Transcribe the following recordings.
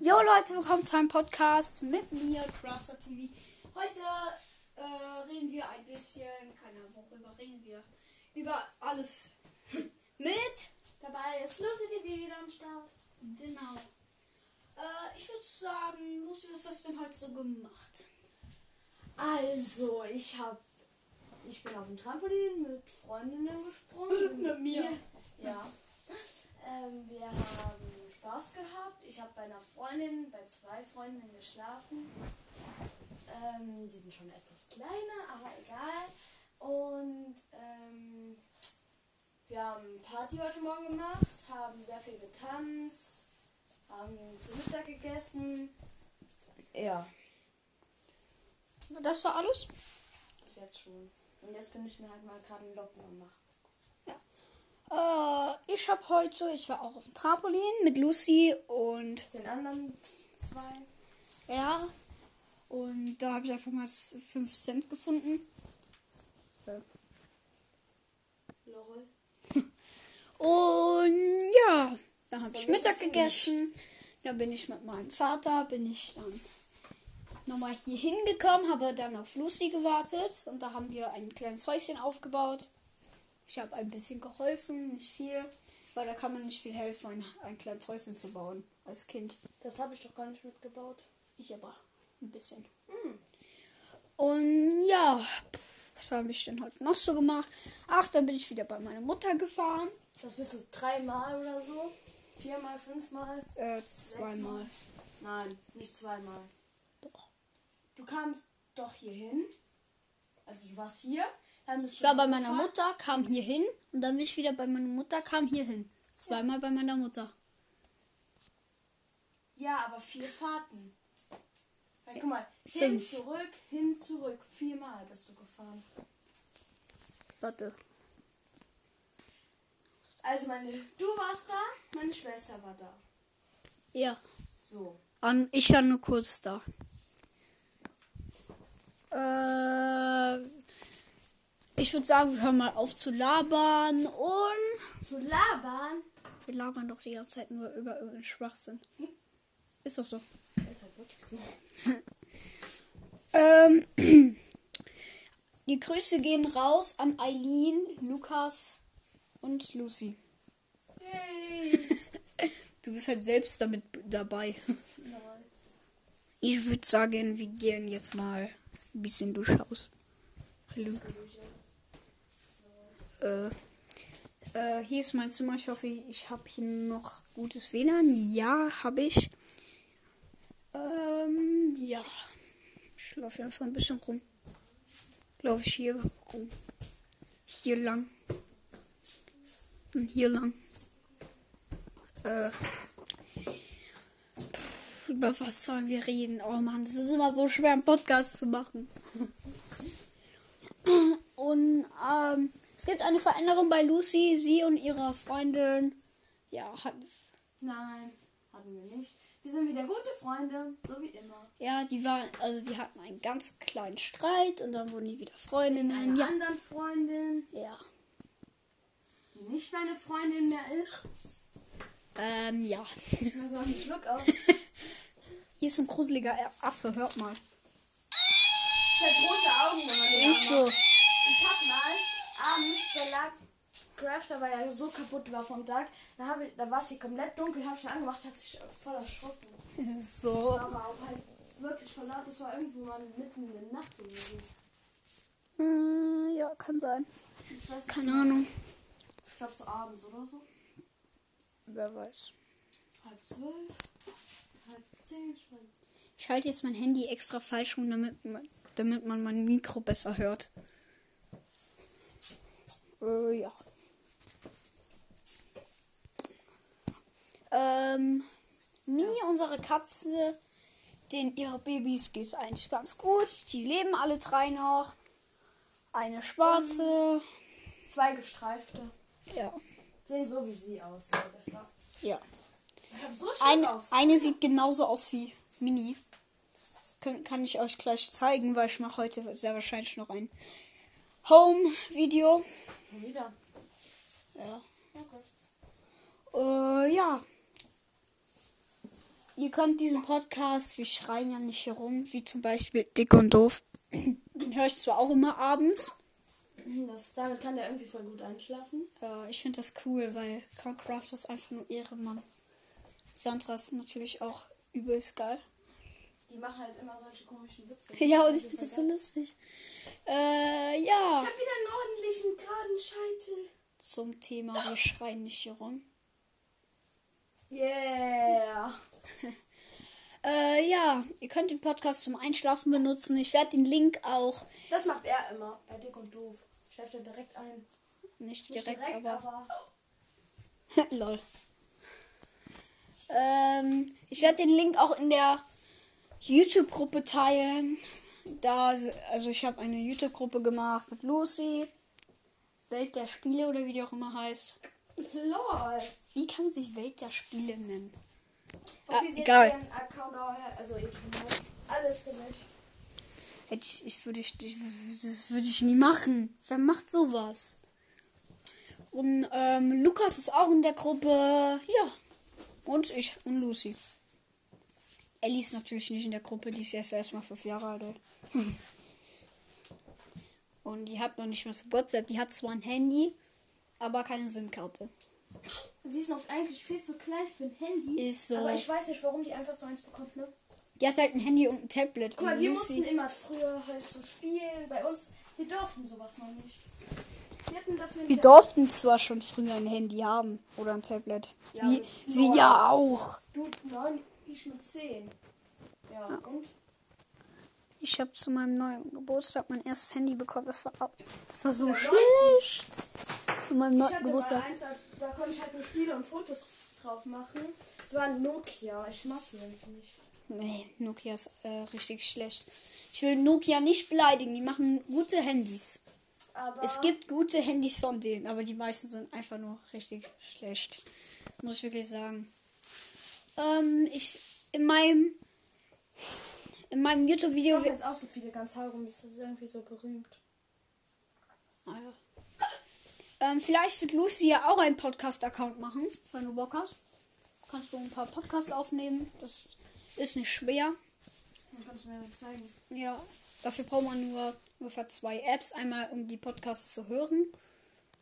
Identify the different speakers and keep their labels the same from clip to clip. Speaker 1: Jo Leute, willkommen zu einem Podcast mit mir, Crafter TV. Heute äh, reden wir ein bisschen, keine Ahnung, worüber reden wir. Über alles mit.
Speaker 2: Dabei ist Lucy die wieder am Start.
Speaker 1: Genau. Äh, ich würde sagen, Lucy, was hast du denn heute so gemacht?
Speaker 2: Also, ich hab. Ich bin auf dem Trampolin mit Freundinnen gesprungen.
Speaker 1: Mit mir.
Speaker 2: Ja. Ähm, wir haben Spaß gehabt. Ich habe bei einer Freundin, bei zwei Freundinnen geschlafen. Ähm, die sind schon etwas kleiner, aber egal. Und ähm, wir haben Party heute Morgen gemacht, haben sehr viel getanzt, haben zu Mittag gegessen. Ja.
Speaker 1: Das war alles?
Speaker 2: Bis jetzt schon. Und jetzt bin ich mir halt mal gerade einen Locken am machen.
Speaker 1: Äh, ich habe heute, ich war auch auf dem Trampolin mit Lucy und
Speaker 2: Den anderen zwei.
Speaker 1: Ja. Und da habe ich einfach mal s- 5 Cent gefunden.
Speaker 2: Lol.
Speaker 1: Und ja, dann habe ich
Speaker 2: Dann ist
Speaker 1: Mittag
Speaker 2: es gut.
Speaker 1: gegessen. Dann bin ich mit meinem Vater, bin ich dann nochmal hier hingekommen, habe dann auf Lucy gewartet und da haben wir ein kleines Häuschen aufgebaut. Ich habe ein bisschen geholfen, nicht viel, weil da kann man nicht viel helfen, ein, ein kleines Häuschen zu bauen als Kind.
Speaker 2: Das habe ich doch gar nicht mitgebaut.
Speaker 1: Ich aber ein bisschen. Und ja, pff, was habe ich denn heute noch so gemacht? Ach, dann bin ich wieder bei meiner Mutter gefahren.
Speaker 2: Das bist du dreimal oder so? Viermal, fünfmal?
Speaker 1: Äh, zweimal.
Speaker 2: Nein, nicht zweimal.
Speaker 1: Doch.
Speaker 2: Du kamst doch hierhin. Also du warst hier. Dann bist
Speaker 1: Ich
Speaker 2: du
Speaker 1: war bei meiner
Speaker 2: hochgefahren.
Speaker 1: Mutter, kam hier hin und dann bin ich wieder bei meiner Mutter, kam hier hin. Zweimal bei meiner Mutter.
Speaker 2: Ja, aber vier Fahrten. Weil, guck mal, hin,
Speaker 1: Fünf.
Speaker 2: zurück, hin, zurück. Viermal bist du gefahren.
Speaker 1: Warte.
Speaker 2: Also meine, du warst da, meine Schwester war da.
Speaker 1: Ja.
Speaker 2: So.
Speaker 1: An, ich war nur kurz da. Äh, ich würde sagen, wir hören mal auf zu labern und
Speaker 2: Zu labern.
Speaker 1: wir labern doch die ganze Zeit nur über irgendeinen Schwachsinn. Ist das so?
Speaker 2: Ist halt wirklich so.
Speaker 1: Ähm, die Grüße gehen raus an Eileen, Lukas und Lucy.
Speaker 2: Hey.
Speaker 1: Du bist halt selbst damit dabei.
Speaker 2: Lol.
Speaker 1: Ich würde sagen, wir gehen jetzt mal ein bisschen durch Haus. Hallo. Äh, äh, hier ist mein Zimmer. Ich hoffe, ich habe hier noch gutes WLAN. Ja, habe ich. Ähm, ja. Ich laufe hier einfach ein bisschen rum. Laufe ich hier rum. Hier lang. Und hier lang. Äh. Pff, Über was sollen wir reden? Oh Mann, das ist immer so schwer, einen Podcast zu machen. Und ähm, es gibt eine Veränderung bei Lucy. Sie und ihre Freundin, ja, hat,
Speaker 2: Nein, hatten wir nicht. Wir sind wieder gute Freunde, so wie immer.
Speaker 1: ja, die waren, also die hatten einen ganz kleinen Streit und dann wurden die wieder Freundinnen.
Speaker 2: Eine
Speaker 1: Ja,
Speaker 2: anderen Freundin,
Speaker 1: ja.
Speaker 2: die nicht meine Freundin mehr ist.
Speaker 1: Ähm, ja.
Speaker 2: Da soll einen Schluck auf.
Speaker 1: Hier ist ein gruseliger Affe, hört mal.
Speaker 2: Der hat rote Augen, wenn man den
Speaker 1: Ist
Speaker 2: anmacht.
Speaker 1: so.
Speaker 2: Ich hab mal abends, da lag Crafter, weil er so kaputt war vom Tag, da, hab ich, da war es hier komplett dunkel, hab ich ihn angemacht, hat sich voll erschrocken.
Speaker 1: Ist so.
Speaker 2: Aber auch halt wirklich voll laut, das war irgendwo mal mitten in der Nacht gewesen.
Speaker 1: Äh, ja, kann sein.
Speaker 2: Ich weiß nicht,
Speaker 1: Keine Ahnung.
Speaker 2: ich glaube so abends oder so.
Speaker 1: Wer weiß.
Speaker 2: Halb zwölf, halb zehn, ich weiß nicht.
Speaker 1: Ich halte jetzt mein Handy extra falsch rum, damit, man- damit man mein Mikro besser hört. Äh, ja. Ähm, Mini, unsere Katze, den ihre Babys geht's eigentlich ganz gut. Die leben alle drei noch. Eine schwarze.
Speaker 2: Zwei gestreifte.
Speaker 1: Ja.
Speaker 2: Sehen so wie sie aus, Leute. Ich
Speaker 1: Ja.
Speaker 2: hab so schön
Speaker 1: Eine,
Speaker 2: auf.
Speaker 1: eine sieht genauso aus wie Mini. Kann, kann ich euch gleich zeigen, weil ich mache heute sehr wahrscheinlich noch ein Home-Video.
Speaker 2: Schon wieder.
Speaker 1: Ja.
Speaker 2: Okay.
Speaker 1: Äh, ja. Ihr könnt diesen Podcast, wir schreien ja nicht herum, wie zum Beispiel Dick und Doof. Den höre ich zwar auch immer abends.
Speaker 2: Das, damit kann der irgendwie voll gut einschlafen.
Speaker 1: Ja, ich finde das cool, weil Minecraft ist einfach nur Ehre, Mann. Sandra ist natürlich auch übelst geil.
Speaker 2: Die machen halt immer solche komischen Witze.
Speaker 1: Ja, und ich finde das so lustig. Äh, ja.
Speaker 2: Ich hab wieder einen ordentlichen, geraden Scheitel.
Speaker 1: Zum Thema, wir schreien nicht herum.
Speaker 2: Yeah.
Speaker 1: Äh, ja, ihr könnt den Podcast zum Einschlafen benutzen. Ich werde den Link auch
Speaker 2: Das macht er immer bei Dick und Doof. Schläft er direkt ein.
Speaker 1: nicht
Speaker 2: Nicht
Speaker 1: direkt, aber. Lol. Ähm, ich werde den Link auch in der YouTube-Gruppe teilen. Da, s- also ich habe eine YouTube-Gruppe gemacht mit Lucy. Welt der Spiele oder wie die auch immer heißt.
Speaker 2: Lol.
Speaker 1: Wie kann man sich Welt der Spiele nennen? Ah,
Speaker 2: Okay, sie hat
Speaker 1: egal.
Speaker 2: ihren Account auch, also ihr Account, alles gelöscht.
Speaker 1: Hätte ich, ich würde ich, ich, das würde ich nie machen. Wer macht sowas? Und ähm, Lukas ist auch in der Gruppe. Ja. Und ich und Lucy. Ellie ist natürlich nicht in der Gruppe, die ist erst erstmal fünf Jahre alt. ey. Und die hat noch nicht mal so WhatsApp. Die hat zwar ein Handy, aber keine SIM-Karte.
Speaker 2: Sie ist noch eigentlich viel zu klein für ein Handy.
Speaker 1: Ist so.
Speaker 2: Aber ich weiß nicht, warum die einfach so eins bekommt, ne?
Speaker 1: Die hat halt ein Handy und ein Tablet.
Speaker 2: Guck mal,
Speaker 1: und
Speaker 2: wir
Speaker 1: Lucy-
Speaker 2: mussten immer früher halt so spielen. Bei uns, wir durften sowas noch nicht. Wir hatten dafür
Speaker 1: Wir
Speaker 2: nicht-
Speaker 1: durften zwar schon früher ein Handy haben oder ein Tablet.
Speaker 2: Ja,
Speaker 1: sie
Speaker 2: mit
Speaker 1: sie
Speaker 2: neun.
Speaker 1: ja auch.
Speaker 2: Du mit neun, ich mit zehn. Ja, und?
Speaker 1: Ich habe zu meinem neuen Geburtstag mein erstes Handy bekommen. Das war, au- das war so
Speaker 2: Ja,
Speaker 1: schlecht. Zu meinem
Speaker 2: Ich
Speaker 1: neuen
Speaker 2: hatte mal
Speaker 1: Geburtstag.
Speaker 2: eins, da- da konnte ich halt nur Spiele und Fotos drauf machen. Es war ein Nokia, ich mag die eigentlich nicht.
Speaker 1: Nee, Nokia ist äh, richtig schlecht. Ich will Nokia nicht beleidigen. Die machen gute Handys.
Speaker 2: Aber
Speaker 1: Es gibt gute Handys von denen, aber die meisten sind einfach nur richtig schlecht. Muss ich wirklich sagen. Ähm, ich, in meinem, in meinem
Speaker 2: Ich
Speaker 1: YouTube-Video,
Speaker 2: habe jetzt auch so viele ganz Haurum, ist das irgendwie so berühmt.
Speaker 1: Ah, ja. Ähm, vielleicht wird Lucy ja auch einen Podcast-Account machen, wenn du Bock hast. Kannst du ein paar Podcasts aufnehmen. Das ist nicht schwer.
Speaker 2: Dann kannst du mir das zeigen.
Speaker 1: Ja, dafür braucht man nur ungefähr zwei Apps. Einmal, um die Podcasts zu hören.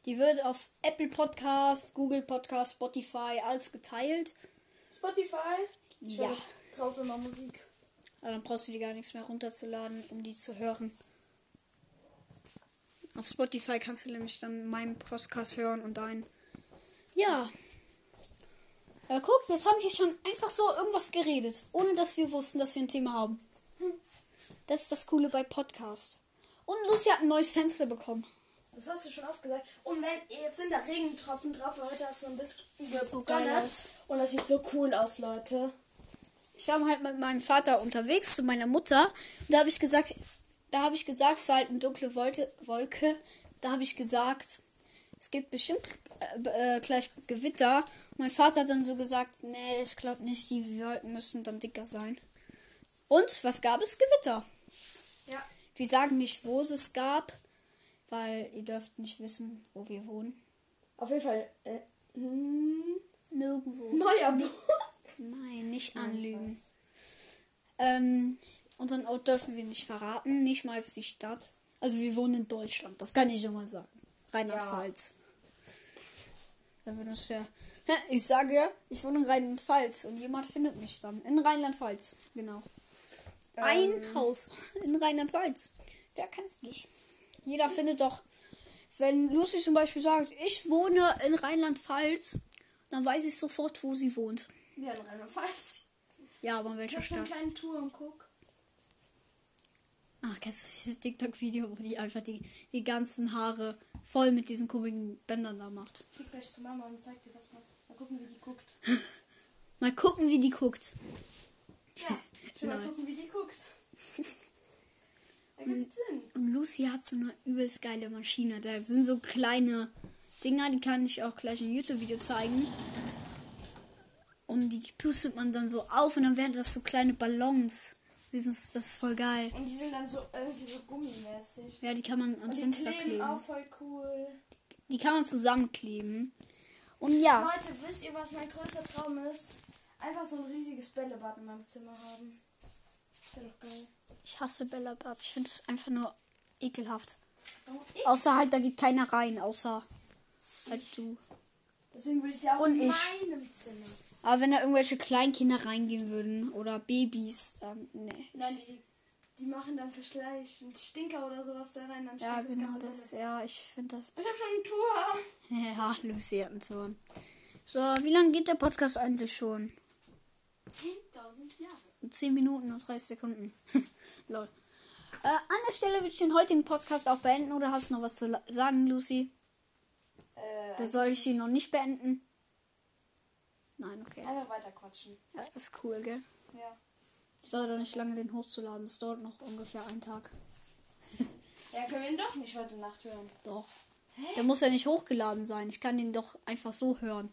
Speaker 1: Die wird auf Apple Podcast, Google Podcast, Spotify, alles geteilt.
Speaker 2: Spotify? Ich
Speaker 1: Ja.
Speaker 2: höre drauf immer Musik.
Speaker 1: Aber dann brauchst du die gar nichts mehr runterzuladen, um die zu hören. Auf Spotify kannst du nämlich dann meinen Podcast hören und deinen. Ja. Äh, guck, jetzt haben wir schon einfach so irgendwas geredet, ohne dass wir wussten, dass wir ein Thema haben. Hm. Das ist das Coole bei Podcast. Und Lucy hat ein neues Fenster bekommen.
Speaker 2: Das hast du schon oft gesagt. Und wenn, jetzt sind da Regentropfen drauf, weil heute hat so ein bisschen
Speaker 1: sieht so geil
Speaker 2: gebrannt.
Speaker 1: aus.
Speaker 2: Und das sieht so cool aus, Leute.
Speaker 1: ich war halt mit meinem Vater unterwegs zu meiner Mutter. Und da habe ich gesagt, da habe ich gesagt, es war halt eine dunkle Wolte, Wolke. Da habe ich gesagt, es gibt bestimmt äh, äh, gleich Gewitter. Mein Vater hat dann so gesagt, nee, ich glaube nicht, die Wolken müssen dann dicker sein. Und was gab es? Gewitter.
Speaker 2: Ja.
Speaker 1: Wir sagen nicht, wo es es gab, weil ihr dürft nicht wissen, wo wir wohnen.
Speaker 2: Auf jeden Fall. Äh, hm,
Speaker 1: Nirgendwo.
Speaker 2: neuer Buch.
Speaker 1: Nein, nicht anlügen. Ähm, unseren Ort dürfen wir nicht verraten, nicht mal die Stadt. Also wir wohnen in Deutschland, das kann ich schon mal sagen. Rheinland-Pfalz. Da wird uns ja. Hä, Ich sage ja, ich wohne in Rheinland-Pfalz und jemand findet mich dann. In Rheinland-Pfalz, genau. Ein Haus in Rheinland-Pfalz. Wer kennst dich? Jeder findet doch, wenn Lucy zum Beispiel sagt, ich wohne in Rheinland-Pfalz, dann weiß ich sofort, wo sie wohnt.
Speaker 2: Ja, in Rheinland-Pfalz.
Speaker 1: Ja, aber in
Speaker 2: Ich
Speaker 1: welcher
Speaker 2: hab schon einen
Speaker 1: Stadt?
Speaker 2: kleinen Turm, guck.
Speaker 1: Ach, kennst du dieses TikTok-Video, wo die einfach die, die ganzen Haare voll mit diesen komischen Bändern da macht?
Speaker 2: Ich geh gleich zu Mama und zeig dir das mal. Mal gucken, wie die guckt.
Speaker 1: Mal gucken, wie die guckt.
Speaker 2: Ja, ich will mal
Speaker 1: Nein.
Speaker 2: gucken, wie die guckt. Ergibt Sinn.
Speaker 1: Und Lucy hat so eine übelst geile Maschine. Da sind so kleine Dinger, die kann ich auch gleich im YouTube-Video zeigen. Und die pustet man dann so auf und dann werden das so kleine Ballons. Das ist, das ist voll geil.
Speaker 2: Und die sind dann so irgendwie so gummimäßig.
Speaker 1: Ja, die kann man am
Speaker 2: Und die
Speaker 1: Fenster
Speaker 2: kleben auch
Speaker 1: kleben.
Speaker 2: voll cool.
Speaker 1: Die kann man zusammenkleben. Und ja.
Speaker 2: Leute, wisst ihr, was mein größter Traum ist? einfach so ein riesiges Bällebad in meinem Zimmer haben. Ist ja doch geil.
Speaker 1: Ich hasse Bällebad. Ich finde es einfach nur ekelhaft.
Speaker 2: Oh, ich.
Speaker 1: Außer halt, da geht keiner rein, außer halt du.
Speaker 2: Deswegen will ich ja auch
Speaker 1: Und
Speaker 2: in
Speaker 1: ich.
Speaker 2: meinem Zimmer.
Speaker 1: Aber wenn da irgendwelche Kleinkinder reingehen würden oder Babys, dann nee.
Speaker 2: Nein, die, die machen dann vielleicht einen Stinker oder sowas da rein. Dann
Speaker 1: Ja,
Speaker 2: stinkt
Speaker 1: genau
Speaker 2: ganze
Speaker 1: das. Ja, ich finde das.
Speaker 2: Bällebad. Ich hab schon einen Tour.
Speaker 1: Ja, Lucy hat einen Zorn. So, wie lange geht der Podcast eigentlich schon?
Speaker 2: 10.000 Jahre.
Speaker 1: 10 Minuten und 30 Sekunden. Lol. Äh, an der Stelle würde ich den heutigen Podcast auch beenden oder hast du noch was zu la- sagen, Lucy?
Speaker 2: Äh,
Speaker 1: Oder soll ich ihn noch nicht beenden? Nein, okay.
Speaker 2: einfach weiter quatschen.
Speaker 1: Ja, das ist cool, gell?
Speaker 2: Ja.
Speaker 1: Ich soll da nicht lange den hochzuladen. Es dauert noch ungefähr einen Tag.
Speaker 2: Ja, können wir ihn doch nicht heute Nacht hören.
Speaker 1: Doch. Der muss ja nicht hochgeladen sein. Ich kann den doch einfach so hören.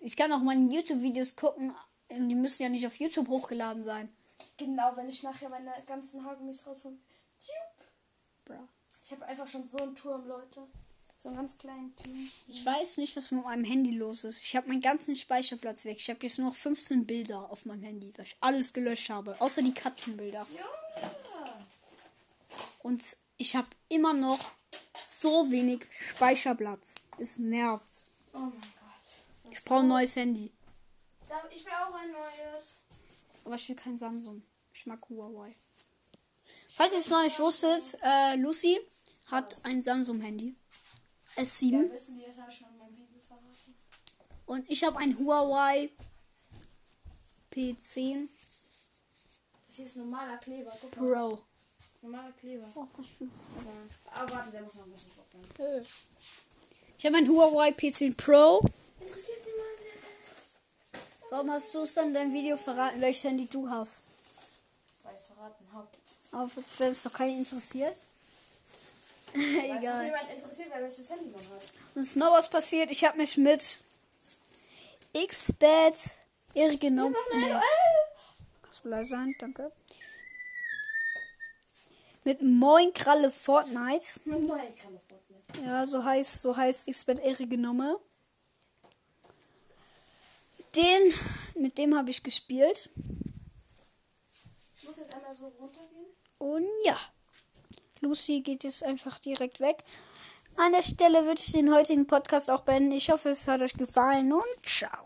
Speaker 1: Ich kann auch meine YouTube-Videos gucken. Ähm, Die müssen ja nicht auf YouTube hochgeladen sein.
Speaker 2: Genau, wenn ich nachher meine ganzen Haargummis raushole. Tschüp.
Speaker 1: Bruh.
Speaker 2: Ich habe einfach schon so einen Turm, Leute. So einen ganz kleinen Turm.
Speaker 1: Ich weiß nicht, was mit meinem Handy los ist. Ich habe meinen ganzen Speicherplatz weg. Ich habe jetzt nur noch 15 Bilder auf meinem Handy, weil ich alles gelöscht habe. Außer die Katzenbilder.
Speaker 2: Junge!
Speaker 1: Und ich habe immer noch so wenig Speicherplatz. Es nervt.
Speaker 2: Oh mein Gott.
Speaker 1: Ich brauche ein neues Handy.
Speaker 2: Da- Ich will auch ein neues.
Speaker 1: Aber ich will kein Samsung. Ich mag Huawei. Falls ihr es noch nicht wusstet, äh, Lucy hat ein Samsung-Handy. S7.
Speaker 2: Ja, wissen die, das habe ich schon in meinem Video verraten.
Speaker 1: Und ich habe ein Huawei P10
Speaker 2: Das hier ist normaler Kleber. Guck mal.
Speaker 1: Pro.
Speaker 2: Normaler Kleber.
Speaker 1: Oh, das ist
Speaker 2: Aber warte, der muss noch ein bisschen trocknen.
Speaker 1: Ich habe ein Huawei P10 Pro.
Speaker 2: Interessiert niemanden.
Speaker 1: Warum hast du es dann in deinem Video verraten, welches Handy du hast?
Speaker 2: Weil ich es verraten habe.
Speaker 1: Aber wenn es doch keinen interessiert.
Speaker 2: Weil
Speaker 1: Egal.
Speaker 2: niemand interessiert, wer welches Handy man hat.
Speaker 1: Und es ist noch was passiert. Ich habe mich mit Xbet irre genommen. Nee. Kannst du leise sein? Danke. Mit Moin Kralle Fortnite.
Speaker 2: Mit neuen kann man fortnehmen.
Speaker 1: Ja, so heißt, so heißt Xbet irre genommen. Den, mit dem habe ich gespielt.
Speaker 2: Ich muss jetzt einmal so runtergehen.
Speaker 1: Und ja, Lucy geht jetzt einfach direkt weg. An der Stelle würde ich den heutigen Podcast auch beenden. Ich hoffe, es hat euch gefallen und ciao.